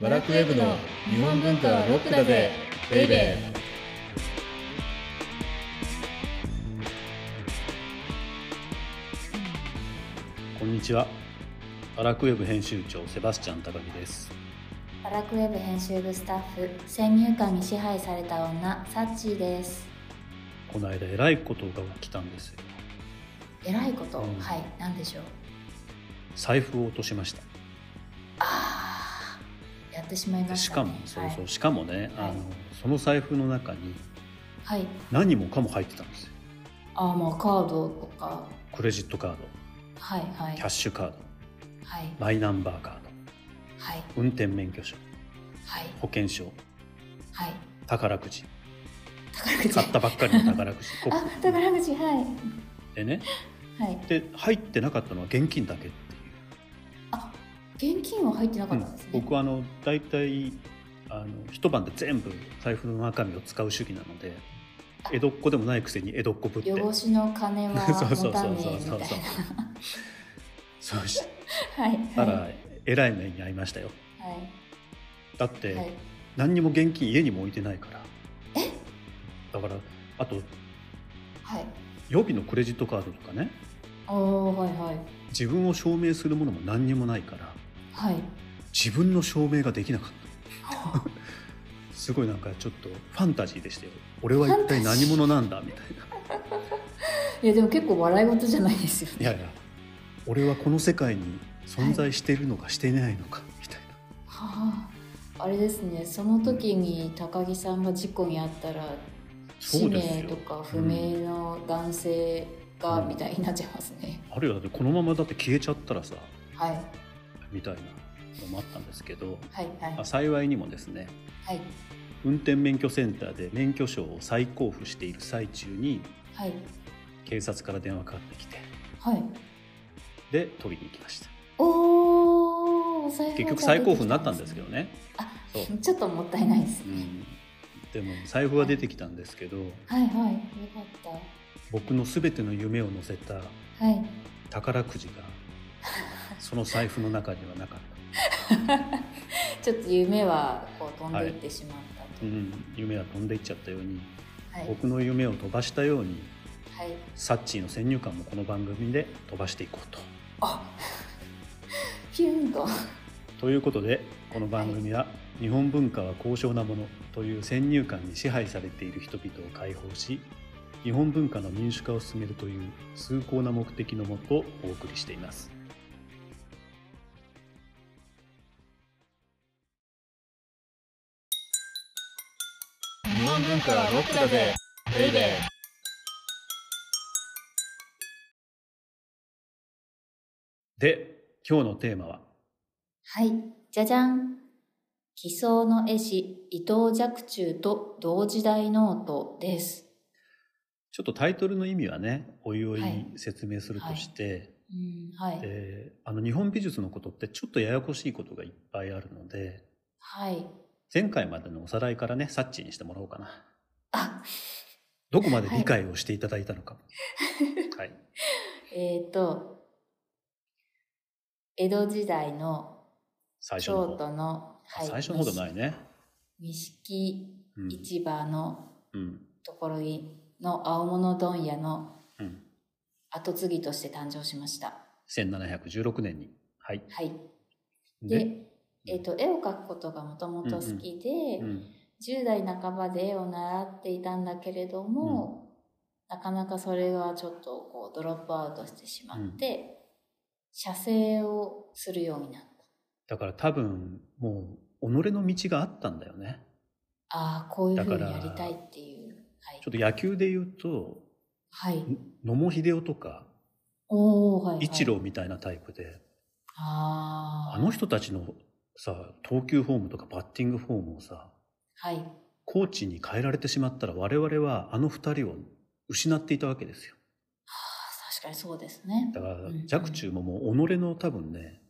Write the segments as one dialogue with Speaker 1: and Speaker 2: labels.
Speaker 1: バラクウェブの日本文化はロックだぜベイベー
Speaker 2: こんにちは。アラクウェブ編集長セバスチャン高木です。
Speaker 3: アラクウェブ編集部スタッフ先入観に支配された女サッチーです
Speaker 2: この間えらいことが起きたんですよ。
Speaker 3: えらいこと、
Speaker 2: うん
Speaker 3: はい何でしょう
Speaker 2: 財布を落としました。
Speaker 3: あーやってしまいま
Speaker 2: で
Speaker 3: し
Speaker 2: したか
Speaker 3: ね
Speaker 2: も、そうそう、しかもね、
Speaker 3: はい
Speaker 2: あのその財布の中に
Speaker 3: はい、はい、
Speaker 2: 何もかも入ってたんですよ。
Speaker 3: あーもうカードとか
Speaker 2: クレジットカード、
Speaker 3: はいはい
Speaker 2: キャッシュカード、
Speaker 3: はい
Speaker 2: マイナンバーカード、
Speaker 3: はい
Speaker 2: 運転免許証、
Speaker 3: はい
Speaker 2: 保険証、
Speaker 3: はい
Speaker 2: 宝くじ、
Speaker 3: 宝くじ
Speaker 2: 買ったばっかりの宝くじ、こ
Speaker 3: あ宝くじはい
Speaker 2: でね、
Speaker 3: はい
Speaker 2: で入ってなかったのは現金だけっていう。
Speaker 3: あ現金は入ってなかったんですね、
Speaker 2: うん僕はあの大体あの一晩で全部財布の中身を使う主義なので江戸っ子でもないくせに江戸っ子ぶって
Speaker 3: 汚しの金は
Speaker 2: そうそ
Speaker 3: 持
Speaker 2: うそう
Speaker 3: た
Speaker 2: そう
Speaker 3: ねえみた
Speaker 2: そ
Speaker 3: いうな
Speaker 2: そうそうし
Speaker 3: はい
Speaker 2: た
Speaker 3: はい
Speaker 2: らえらい目に遭いましたよだっ
Speaker 3: はいはい
Speaker 2: て何にも現金家にも置いてないからだからあと
Speaker 3: はい
Speaker 2: 予備のクレジットカードとかね
Speaker 3: おーはいはい
Speaker 2: 自分を証明するものも何にもないから
Speaker 3: はい
Speaker 2: 自分の証明ができなかったすごいなんかちょっとファンタジーでしたよ俺は一体何者なんだみたいない
Speaker 3: やでも結構笑い事じゃないですよね
Speaker 2: いやいや俺はこの世界に存在しているのかしていないのかみたい
Speaker 3: はあ、あれですねその時に高木さんが事故に遭ったら
Speaker 2: な
Speaker 3: 氏
Speaker 2: そうです
Speaker 3: 名
Speaker 2: よ
Speaker 3: とか不明の男性がみたいになっちゃいますね、
Speaker 2: あるいはこのままだって消えちゃったらさ
Speaker 3: はい
Speaker 2: みたいなのもあったんですけど、
Speaker 3: はいはい
Speaker 2: まあ幸いにもですね
Speaker 3: はい
Speaker 2: 運転免許センターで免許証を再交付している最中に
Speaker 3: はい
Speaker 2: 警察から電話かかってきて
Speaker 3: はい
Speaker 2: で取りに行きました
Speaker 3: おーお財布が
Speaker 2: 結局再交付になったんですけどね、
Speaker 3: あ
Speaker 2: そう
Speaker 3: ちょっともったいないです
Speaker 2: う
Speaker 3: ね、
Speaker 2: ん、でも財布は出てきたんですけど
Speaker 3: はいはいよかっ
Speaker 2: 僕の全ての夢を乗せ
Speaker 3: た
Speaker 2: た
Speaker 3: はい
Speaker 2: 宝く じがその財布の中にはなかった
Speaker 3: ちょっと夢はこう飛んでいってしまった
Speaker 2: う
Speaker 3: と
Speaker 2: ん、夢は飛んでいっちゃったように、
Speaker 3: はい、
Speaker 2: 僕の夢を飛ばしたように
Speaker 3: はい
Speaker 2: サッチーの先入観もこの番組で飛ばしていこうと。
Speaker 3: ピューンと
Speaker 2: ということでこの番組は、日本文化は高尚なもの」という先入観に支配されている人々を解放し日本文化の民主化を進めるという崇高な目的のもとお送りしています。
Speaker 1: 日本文化はロックだぜベイベー
Speaker 2: で今日のテーマは
Speaker 3: はい、じゃじゃん。奇想の絵師、伊藤若冲と同時代ノートです。
Speaker 2: ちょっとタイトルの意味はねおいおい
Speaker 3: はい
Speaker 2: 説明するとして。
Speaker 3: うん、はい。
Speaker 2: であの日本美術のことってちょっとややこしいことがいっぱいあるので
Speaker 3: はい。
Speaker 2: 前回までのおさらいからねサッチにしてもらおうかな
Speaker 3: あ、
Speaker 2: どこまで理解をしていただいた のか、はい
Speaker 3: えっ、と、江戸時代の
Speaker 2: 最初の
Speaker 3: 京
Speaker 2: 方
Speaker 3: 都の、は。
Speaker 2: 最初の方じゃないいね、
Speaker 3: 錦
Speaker 2: うん
Speaker 3: 市場の
Speaker 2: うん
Speaker 3: ところの青物問屋の
Speaker 2: うん、
Speaker 3: 後継ぎとして誕生しました。
Speaker 2: 1716年にはい
Speaker 3: はい。
Speaker 2: で
Speaker 3: で、えっ、と、絵を描くことがもともと好きで、
Speaker 2: うん
Speaker 3: 10代半ばで絵を習っていたんだけれども、なかなかそれがちょっとこうドロップアウトしてしまって、写生をするようになっ
Speaker 2: だから多分もう己の道があったんだよね
Speaker 3: たああこういうふう
Speaker 2: だ
Speaker 3: に
Speaker 2: か
Speaker 3: や
Speaker 2: ら
Speaker 3: りたいっていうはい
Speaker 2: ちょっと野球で言うと
Speaker 3: はい
Speaker 2: 野茂英雄とか
Speaker 3: おおはい、はい、
Speaker 2: 一郎みたいなタイプで、
Speaker 3: ああ
Speaker 2: あの人たちのさ投球フォームとかバッティングフォームをさ
Speaker 3: はい
Speaker 2: コーチに変えられてしまったら我々はあの二人を失っていたわけですよ
Speaker 3: あ確かにそうですね
Speaker 2: だから
Speaker 3: うん
Speaker 2: 若冲ももう己の多分ね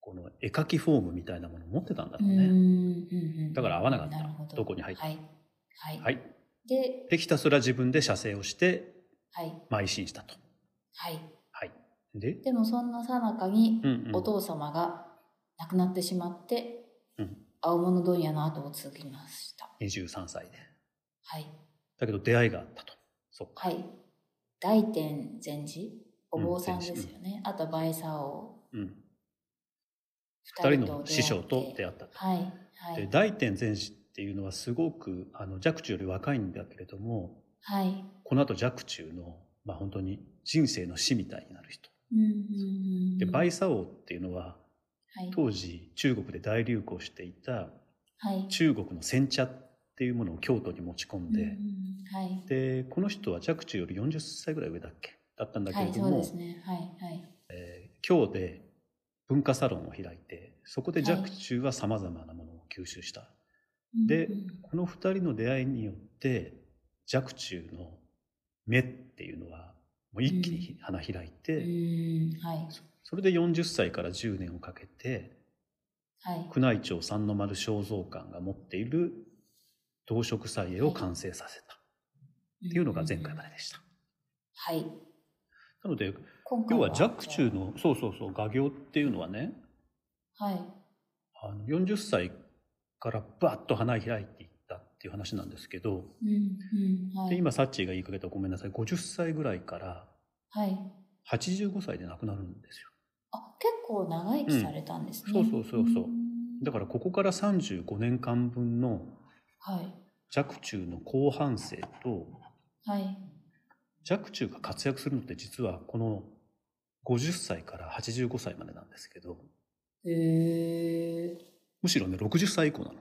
Speaker 2: この絵描きフォームみたいなものを持ってたんだ
Speaker 3: う
Speaker 2: ろ
Speaker 3: ん
Speaker 2: う
Speaker 3: うん
Speaker 2: ね
Speaker 3: うん
Speaker 2: だから合わなかった
Speaker 3: なるほど
Speaker 2: どこに入った
Speaker 3: はいはい、
Speaker 2: はい
Speaker 3: で
Speaker 2: でひたすら自分で写生をして
Speaker 3: はい
Speaker 2: 邁進したと
Speaker 3: はい
Speaker 2: はいで
Speaker 3: でもそんなさなかに
Speaker 2: うんうん
Speaker 3: お父様が亡くなってしまって、
Speaker 2: うん
Speaker 3: 青物問屋の後を継ぎました。
Speaker 2: 23歳で。
Speaker 3: はい。
Speaker 2: だけど出会いがあったと。そっか。
Speaker 3: はい。大天禅寺お坊さん
Speaker 2: うん
Speaker 3: で
Speaker 2: 禅師
Speaker 3: すよね。あと、バイサオ
Speaker 2: うん。
Speaker 3: 二
Speaker 2: 二人の師匠と
Speaker 3: 会っ
Speaker 2: 出
Speaker 3: て。
Speaker 2: 会ったと。
Speaker 3: はい。は
Speaker 2: で
Speaker 3: い。
Speaker 2: 大天禅師っていうのはすごくあの若冲より若いんだけれども
Speaker 3: はい。
Speaker 2: この後若冲の、まあ、本当に人生の死みたいになる人
Speaker 3: うんうんうん。
Speaker 2: で
Speaker 3: は。
Speaker 2: バイサオっていうのはい当時中国で大流行していた
Speaker 3: はい。
Speaker 2: 中国の煎茶っていうものを京都に持ち込んで、
Speaker 3: うんうんはい。
Speaker 2: でこの人は若冲より40歳ぐらい上だっけだったんだけ
Speaker 3: は
Speaker 2: れ
Speaker 3: い、
Speaker 2: ど
Speaker 3: そう
Speaker 2: も、
Speaker 3: ですね。はい。はい。
Speaker 2: 京で文化サロンを開いてそこで若冲はさまざまなものを吸収した、で
Speaker 3: うんうん
Speaker 2: この二人の出会いによって若冲の目っていうのはもう一気に花開いて、
Speaker 3: うん、はい。
Speaker 2: それで40歳から10年をかけて
Speaker 3: はい。
Speaker 2: 宮内庁三の丸肖像館が持っている動植祭絵を完成させたっていうのが前回まででした。
Speaker 3: はい。
Speaker 2: なので
Speaker 3: 今回
Speaker 2: 要は若冲のそうそうそう画業っていうのはね
Speaker 3: はい。
Speaker 2: あの40歳からバッと花開いていったっていう話なんですけど、
Speaker 3: うん、うん、は
Speaker 2: で
Speaker 3: い。
Speaker 2: 今サッチーが言いかけたごめんなさい50歳ぐらいから
Speaker 3: はい。
Speaker 2: 85歳で亡くなるんですよ
Speaker 3: あ、結構長生きされたんですね。
Speaker 2: うんそうそうそうそうだ
Speaker 3: か
Speaker 2: からここから35年間分の
Speaker 3: ら。はい。
Speaker 2: 若冲の後半生と
Speaker 3: はい。
Speaker 2: 若冲が活躍するのって実はこの50歳から85歳までなんですけど
Speaker 3: へえ。
Speaker 2: むしろね60歳以降なの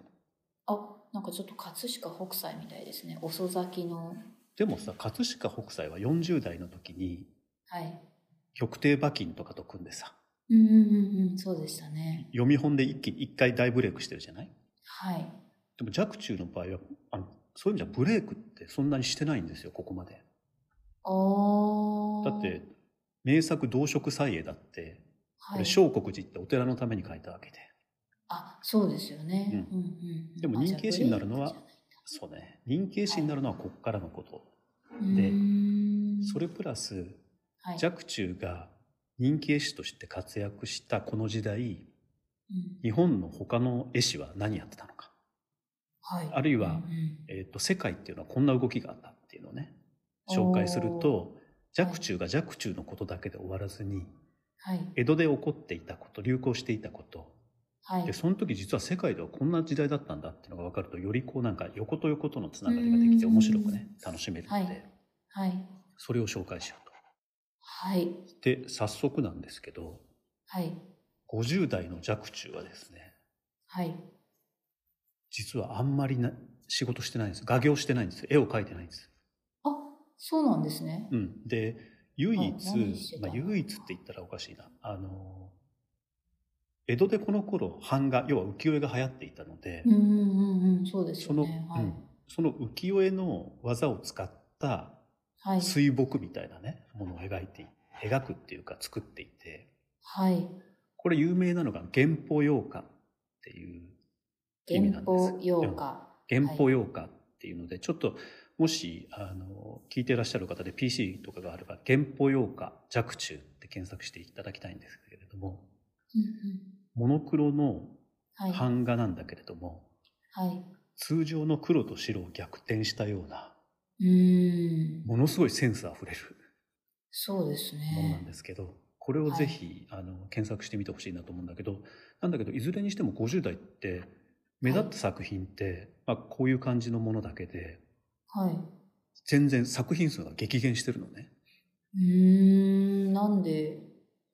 Speaker 3: あ、なんかちょっと葛飾北斎みたいですね。遅咲きの。
Speaker 2: でもさ葛飾北斎は40代の時に
Speaker 3: はい。
Speaker 2: 極低馬琴とかと組んでさ
Speaker 3: うんうんうんうん、そうでしたね。
Speaker 2: 読み本で一気に一回大ブレイクしてるじゃない
Speaker 3: はい。
Speaker 2: でも若冲の場合はあのそういう意味じゃブレイクってそんなにしてないんですよここまで
Speaker 3: ああ。
Speaker 2: だって、名作「動植祭絵」だってこ
Speaker 3: は
Speaker 2: れ
Speaker 3: い、
Speaker 2: 小国寺ってお寺のために書いたわけで、
Speaker 3: あ、そうですよね。
Speaker 2: う
Speaker 3: うん、うん、うん。
Speaker 2: でも人気絵師になるのは
Speaker 3: あじゃあ
Speaker 2: そうね人気絵師になるのはここからのこと、
Speaker 3: ブレイクじゃないんだ、
Speaker 2: それプラス
Speaker 3: はい、
Speaker 2: 若冲が人気絵師として活躍したこの時代
Speaker 3: うん
Speaker 2: 日本の他の絵師は何やってたのか、
Speaker 3: はい、
Speaker 2: あるい
Speaker 3: う
Speaker 2: は
Speaker 3: んうん
Speaker 2: えー、と世界っていうのはこんな動きがあったっていうのをね紹介すると若冲が若冲のことだけで終わらずに
Speaker 3: はい、
Speaker 2: 江戸で起こっていたこと流行していたこと
Speaker 3: はい
Speaker 2: で、その時実は世界ではこんな時代だったんだっていうのが分かるとよりこうなんか横と横とのつながりができて面白くね楽しめるので、
Speaker 3: はいはい、
Speaker 2: それを紹介しよ
Speaker 3: はい、
Speaker 2: うと。で早速なんですけど
Speaker 3: はい、
Speaker 2: 50代の若冲はですね
Speaker 3: はい。
Speaker 2: 実はあんまりな仕事してないんです画業してないんです絵を描いてないんです。
Speaker 3: あ、そうなんですね。
Speaker 2: うん、で唯一
Speaker 3: あ何して、た
Speaker 2: まあ、唯一って言ったらおかしいなあの江戸でこの頃版画要は浮世絵が流行っていたので、
Speaker 3: うんうんうんうん、そうです
Speaker 2: そ
Speaker 3: よ
Speaker 2: の、
Speaker 3: ね。は
Speaker 2: う
Speaker 3: い
Speaker 2: ん、その浮世絵の技を使った
Speaker 3: はい、
Speaker 2: 水墨みたいなねものを描いてい描くっていうか作っていて
Speaker 3: はい。
Speaker 2: これ有名なのが原宝洋歌っていう意味な
Speaker 3: 原
Speaker 2: んです
Speaker 3: 宝洋歌。
Speaker 2: 原宝洋歌っていうので、ちょっともしあの聞いていらっしゃる方で PC とかがあれば「原宝洋歌若冲」って検索していただきたいんですけれども
Speaker 3: うんうん
Speaker 2: モノクロの
Speaker 3: はい、は
Speaker 2: 版画なんだけれども、
Speaker 3: い。
Speaker 2: 通常の黒と白を逆転したような
Speaker 3: うーん、
Speaker 2: ものすごいセンスあふれる
Speaker 3: そうです
Speaker 2: ものなん
Speaker 3: ね
Speaker 2: で。すけど、これをぜひ、あの検索してみてほしいなと思うんだけどなんだけどいずれにしても50代って目立った作品って、まあ、こういう感じのものだけで
Speaker 3: はい。
Speaker 2: 全然作品数が激減してるのね。
Speaker 3: うーん、なんで、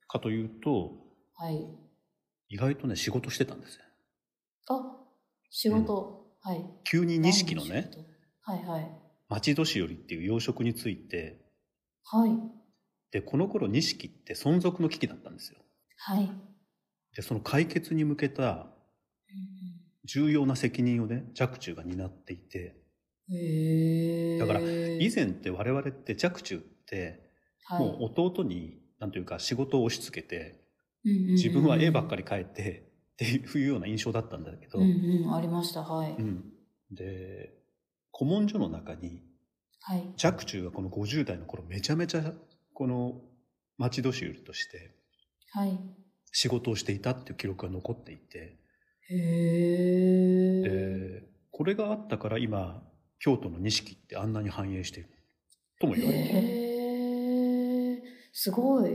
Speaker 2: かというと
Speaker 3: はい。
Speaker 2: 意外とね仕事してたんですよ。
Speaker 3: あ、仕事、はい。
Speaker 2: 急に錦の
Speaker 3: 何
Speaker 2: ね
Speaker 3: 仕事。はいはい。
Speaker 2: 町年寄りっていう養殖について
Speaker 3: はい。
Speaker 2: でこの頃錦って存続の危機だったんですよ。
Speaker 3: はい。うん
Speaker 2: でその解決に向けた重要な責任をね若冲が担っていて
Speaker 3: うんへえ。
Speaker 2: だから以前って我々って若冲って
Speaker 3: はい、
Speaker 2: もう弟に、なんというか仕事を押し付けて、
Speaker 3: うんうんうん
Speaker 2: 自分は絵ばっかり描いて、 っていうような印象だったんだけど、
Speaker 3: うんうん、ありました、はい。
Speaker 2: うんで、古文書の中に、
Speaker 3: はい。
Speaker 2: 若冲がこの50代の頃めちゃめちゃ、この町年寄りとして
Speaker 3: はい。
Speaker 2: 仕事をしていたっていう記録が残っていて、
Speaker 3: へえ
Speaker 2: えーこれがあったから今京都の錦ってあんなに繁栄しているとも言われてる
Speaker 3: へえすごい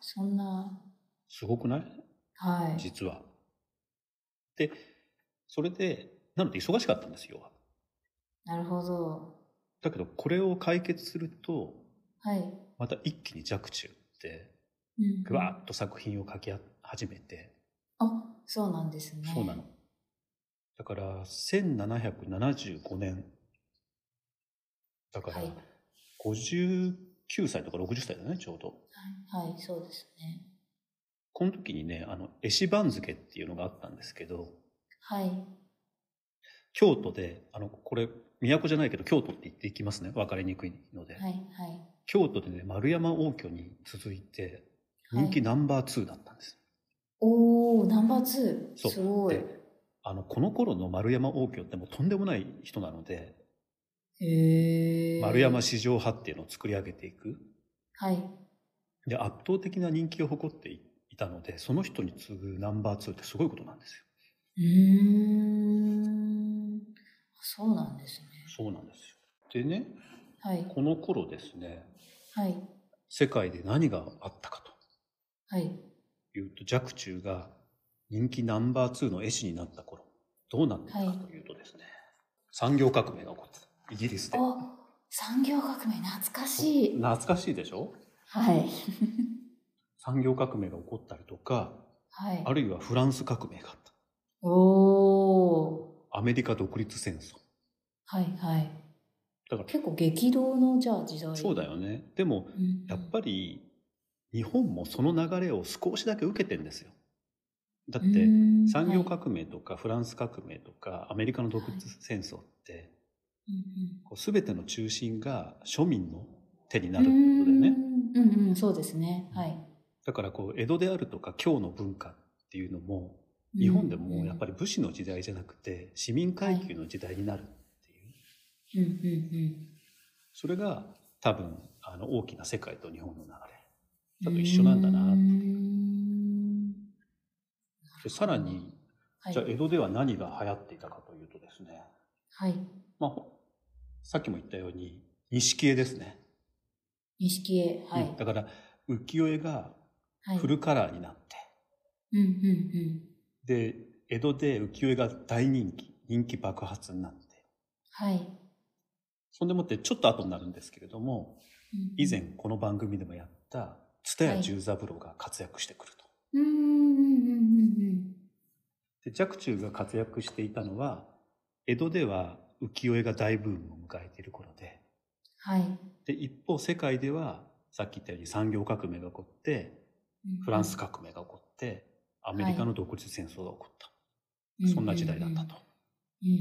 Speaker 3: そんな
Speaker 2: すごくない
Speaker 3: はい
Speaker 2: 実は。でそれでなので忙しかったんですよ。
Speaker 3: なるほど
Speaker 2: だけどこれを解決すると
Speaker 3: はい、
Speaker 2: また一気に若冲って
Speaker 3: うん
Speaker 2: ぐわーっと作品を書き始めて、
Speaker 3: あそうなんですね
Speaker 2: そうなのだから1775年だから
Speaker 3: はい
Speaker 2: 59歳とか60歳だねちょうど
Speaker 3: はい、はい、そうですね
Speaker 2: この時にねあの絵師番付っていうのがあったんですけど
Speaker 3: はい
Speaker 2: 京都であのこれ都じゃないけど京都って言っていきますね分かりにくいので、
Speaker 3: はいはい
Speaker 2: 京都でね丸山応挙に続いて
Speaker 3: はい
Speaker 2: 人気ナンバー2だったんです、
Speaker 3: おおナンバーツ
Speaker 2: そ
Speaker 3: ー
Speaker 2: う
Speaker 3: すごい
Speaker 2: であのこの頃の丸山応挙ってもうとんでもない人なので
Speaker 3: へえ
Speaker 2: 丸山史上派っていうのを作り上げていく
Speaker 3: はい
Speaker 2: で圧倒的な人気を誇っていたのでその人に次ぐナンバー2ってすごいことなんですよ
Speaker 3: うーんそうなんですね
Speaker 2: そうなんですよでね
Speaker 3: はい
Speaker 2: この頃ですね
Speaker 3: はい
Speaker 2: 世界で何があったか
Speaker 3: はい
Speaker 2: というと若冲が人気ナンバー2の絵師になった頃どうなったか
Speaker 3: はい
Speaker 2: というとですね、産業革命が起こったイギリスで
Speaker 3: あ産業革命懐かしい
Speaker 2: 懐かしいでしょ
Speaker 3: はい
Speaker 2: 産業革命が起こったりとか
Speaker 3: はい
Speaker 2: あるいはフランス革命があっ
Speaker 3: おお
Speaker 2: たアメリカ独立戦争
Speaker 3: ーはいはい
Speaker 2: だから
Speaker 3: 結構激動のじゃあ時代
Speaker 2: そうだよねでもやっぱ
Speaker 3: り
Speaker 2: り日本もその流れを少しだけ受けてんですよ。だって産業革命とかフランス革命とかアメリカの独立戦争ってこう全ての中心が庶民の手になるってことだよね。
Speaker 3: うんうんそうですねはい
Speaker 2: だからこう江戸であるとか京の文化っていうのも日本でもやっぱ
Speaker 3: り
Speaker 2: り武士の時代じゃなくて市民階級の時代になるって
Speaker 3: う
Speaker 2: いう
Speaker 3: んうんうん
Speaker 2: それが多分あの大きな世界と日本の流れだと一緒なんだなってでさらに
Speaker 3: はい
Speaker 2: じゃあ江戸では何が流行っていたかというとですね、
Speaker 3: はい
Speaker 2: まあ、ほさっきも言ったように錦絵ですね、
Speaker 3: 錦絵はい、
Speaker 2: うんだから浮世絵が
Speaker 3: はい
Speaker 2: フルカラーになって、
Speaker 3: うんうんうん
Speaker 2: で江戸で浮世絵が大人気人気爆発になって
Speaker 3: はい
Speaker 2: そんでもってちょっと後になるんですけれども以前この番組でもやった蔦
Speaker 3: は
Speaker 2: 屋
Speaker 3: い
Speaker 2: 十三郎が活躍してくると。
Speaker 3: うんうんうんうん
Speaker 2: で若冲が活躍していたのは江戸では浮世絵が大ブームを迎えている頃で
Speaker 3: はい
Speaker 2: で一方世界ではさっき言ったように産業革命が起こってフランス革命が起こってアメリカの独立戦争が起こった、そんな時代だったと。
Speaker 3: うんうんう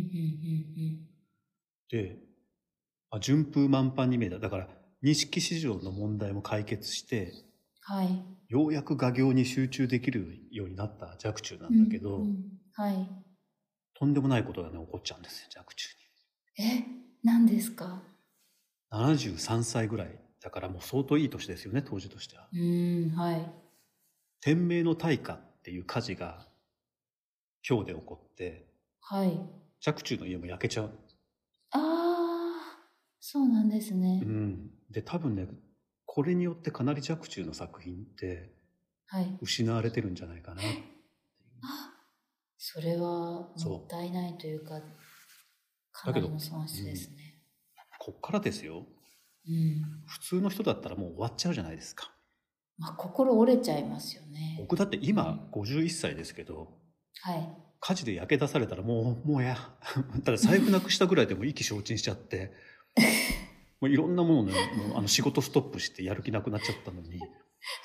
Speaker 3: ん
Speaker 2: で、まあ、順風満帆に見えただから錦市場の問題も解決して
Speaker 3: はい
Speaker 2: ようやく画業に集中できるようになった若冲なんだけど、
Speaker 3: はい
Speaker 2: とんでもないことがね起こっちゃうんですよ若冲に。
Speaker 3: え何ですか
Speaker 2: 73歳ぐらいだからもう相当いい年ですよね当時としては。
Speaker 3: うんはい
Speaker 2: 天明の大火っていう火事が京で起こって
Speaker 3: はい
Speaker 2: 若冲の家も焼けちゃう。
Speaker 3: ああそうなんですね、
Speaker 2: うん、で多分ねこれによってかなり若冲の作品って
Speaker 3: はい
Speaker 2: 失われてるんじゃないかな。
Speaker 3: あそれはもったいないというかかなりの損失ですね
Speaker 2: こっからですよ
Speaker 3: うん
Speaker 2: 普通の人だったらもう終わっちゃうじゃないですか。
Speaker 3: まあ心折れちゃいますよね
Speaker 2: 僕だって今51歳ですけど
Speaker 3: はい
Speaker 2: 火事で焼け出されたらもうもうや ただ財布なくしたぐらいでもう意気消沈しち ゃってもういろんなものねもうあの仕事ストップしてやる気なくなっちゃったのに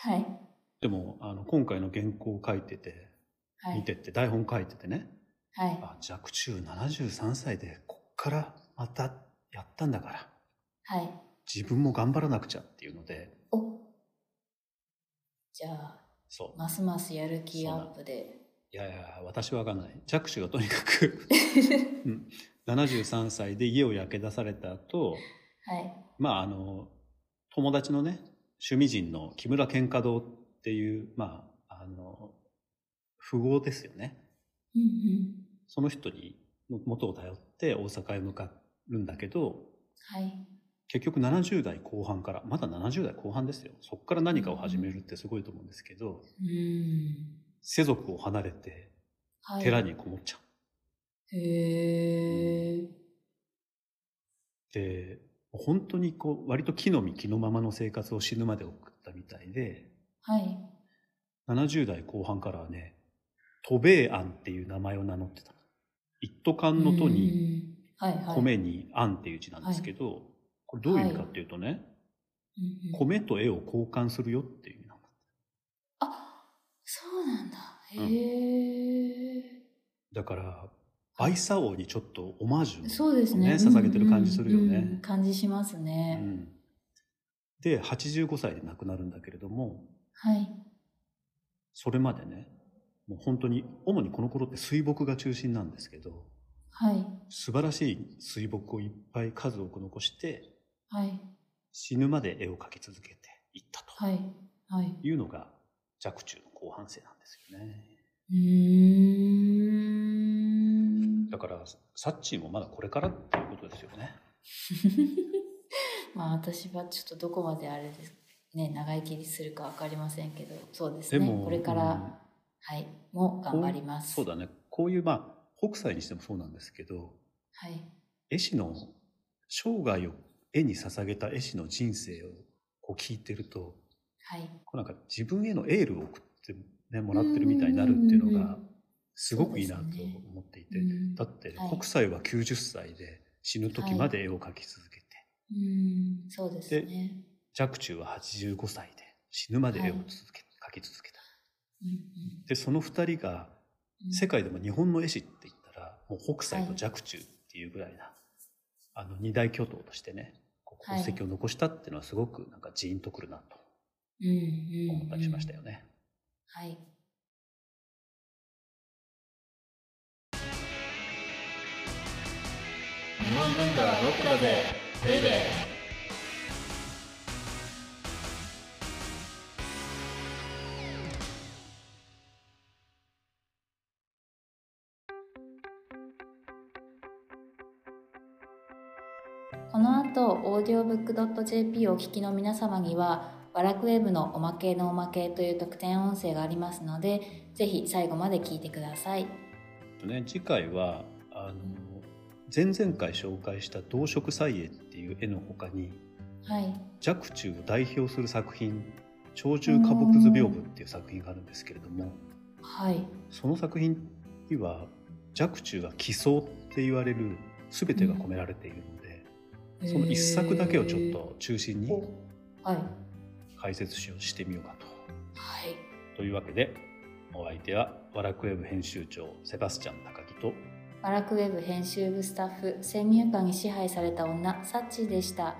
Speaker 3: はい
Speaker 2: でもあの今回の原稿を書いてて
Speaker 3: は
Speaker 2: 見
Speaker 3: い
Speaker 2: てて台本書いててね
Speaker 3: はい
Speaker 2: あ若冲73歳でこっからまたやったんだから
Speaker 3: はい
Speaker 2: 自分も頑張らなくちゃっていうので
Speaker 3: おじゃあ
Speaker 2: そう
Speaker 3: ますますやる気アップで
Speaker 2: いやいや私は分かんない若冲がとにか くうん73歳で家を焼け出された後
Speaker 3: はい
Speaker 2: まああの友達のね趣味人の木村健華堂っていうまああの富豪ですよね
Speaker 3: うんうん。
Speaker 2: その人にの元を頼って大阪へ向かうんだけど
Speaker 3: はい。
Speaker 2: 結局70代後半からまだ70代後半ですよそこから何かを始めるってすごいと思うんですけど
Speaker 3: うん。
Speaker 2: 世俗を離れて
Speaker 3: はい。
Speaker 2: 寺にこもっちゃう。
Speaker 3: へえ。
Speaker 2: で本当にこう割と木の実木のままの生活を死ぬまで送ったみたいで
Speaker 3: はい。
Speaker 2: 70代後半からはね渡米庵っていう名前を名乗ってた一斗缶の「と」に
Speaker 3: うん。はいはい。。
Speaker 2: 米に「庵」っていう字なんですけど、これどういう意味かっていうとね、
Speaker 3: うんうん、
Speaker 2: 米と絵を交換するよっていう意味なんだ
Speaker 3: あ、そうなんだ。
Speaker 2: うん
Speaker 3: へえ。
Speaker 2: だから倍沙王にちょっとオマージュを
Speaker 3: そうですね。
Speaker 2: ね捧げてる感じするよね
Speaker 3: うんうんうん感じします
Speaker 2: う
Speaker 3: ね。
Speaker 2: ん、で85歳で亡くなるんだけれども
Speaker 3: はい。
Speaker 2: それまでねもう本当に主にこの頃って水墨が中心なんですけど
Speaker 3: はい。
Speaker 2: 素晴らしい水墨をいっぱい数多く残して
Speaker 3: はい。
Speaker 2: 死ぬまで絵を描き続けていったと
Speaker 3: はい。はい。
Speaker 2: いうのが若冲の後半生なんですよね
Speaker 3: うーん。
Speaker 2: だからサッチーもまだこれからっていうことですよね
Speaker 3: まあ私はちょっとどこまであれですね長生きにするかわかりませんけどそうです
Speaker 2: で
Speaker 3: ね
Speaker 2: も、
Speaker 3: これから、
Speaker 2: うん
Speaker 3: はいも頑張ります
Speaker 2: そうだねこういうまあ北斎にしてもそうなんですけど
Speaker 3: はい
Speaker 2: 絵師の生涯を絵に捧げた絵師の人生をこう聞いてると
Speaker 3: はい
Speaker 2: こうなんか自分へのエールを送って、ね、もらってるみたいになるっていうのがすごくいいなと
Speaker 3: そうですね
Speaker 2: 思っていて、
Speaker 3: うんうんうん
Speaker 2: だって
Speaker 3: はい
Speaker 2: 北斎は90歳で死ぬ時まで絵を描き続けて、
Speaker 3: うんそうです
Speaker 2: で
Speaker 3: ね
Speaker 2: 若冲は85歳で死ぬまで絵を続け、描き続けた
Speaker 3: うんうん
Speaker 2: でその2人が
Speaker 3: うん
Speaker 2: 世界でも日本の絵師って言ったらもう北斎と若冲っていうぐらいな、あの二大巨頭としてねこう
Speaker 3: はい
Speaker 2: 功績を残したっていうのはすごくなんかジーンとくるなと
Speaker 3: うんうん
Speaker 2: 思ったりしましたよね。
Speaker 3: はい
Speaker 1: 日本文化はロックだぜベイベー
Speaker 3: この後、オーディオブックドット JP をお聞きの皆様には、バラクウェブのおまけのおまけという特典音声がありますので、ぜひ最後まで聞いてください。
Speaker 2: ね次回はあの前々回紹介した「動植彩絵」っていう絵の他に
Speaker 3: はい。
Speaker 2: 若冲を代表する作品「鳥獣花木図屏風」っていう作品があるんですけれども
Speaker 3: はい。
Speaker 2: その作品には若冲が奇想って言われる全てが込められているので、その一作だけをちょっと中心に
Speaker 3: はい。は
Speaker 2: 解説しようしてみようか
Speaker 3: い。
Speaker 2: と。というわけでお相手はワラクウェブ編集長セバスチャン高木と
Speaker 3: バラクウェブ編集部スタッフ、先入観に支配された女、サッチーでした。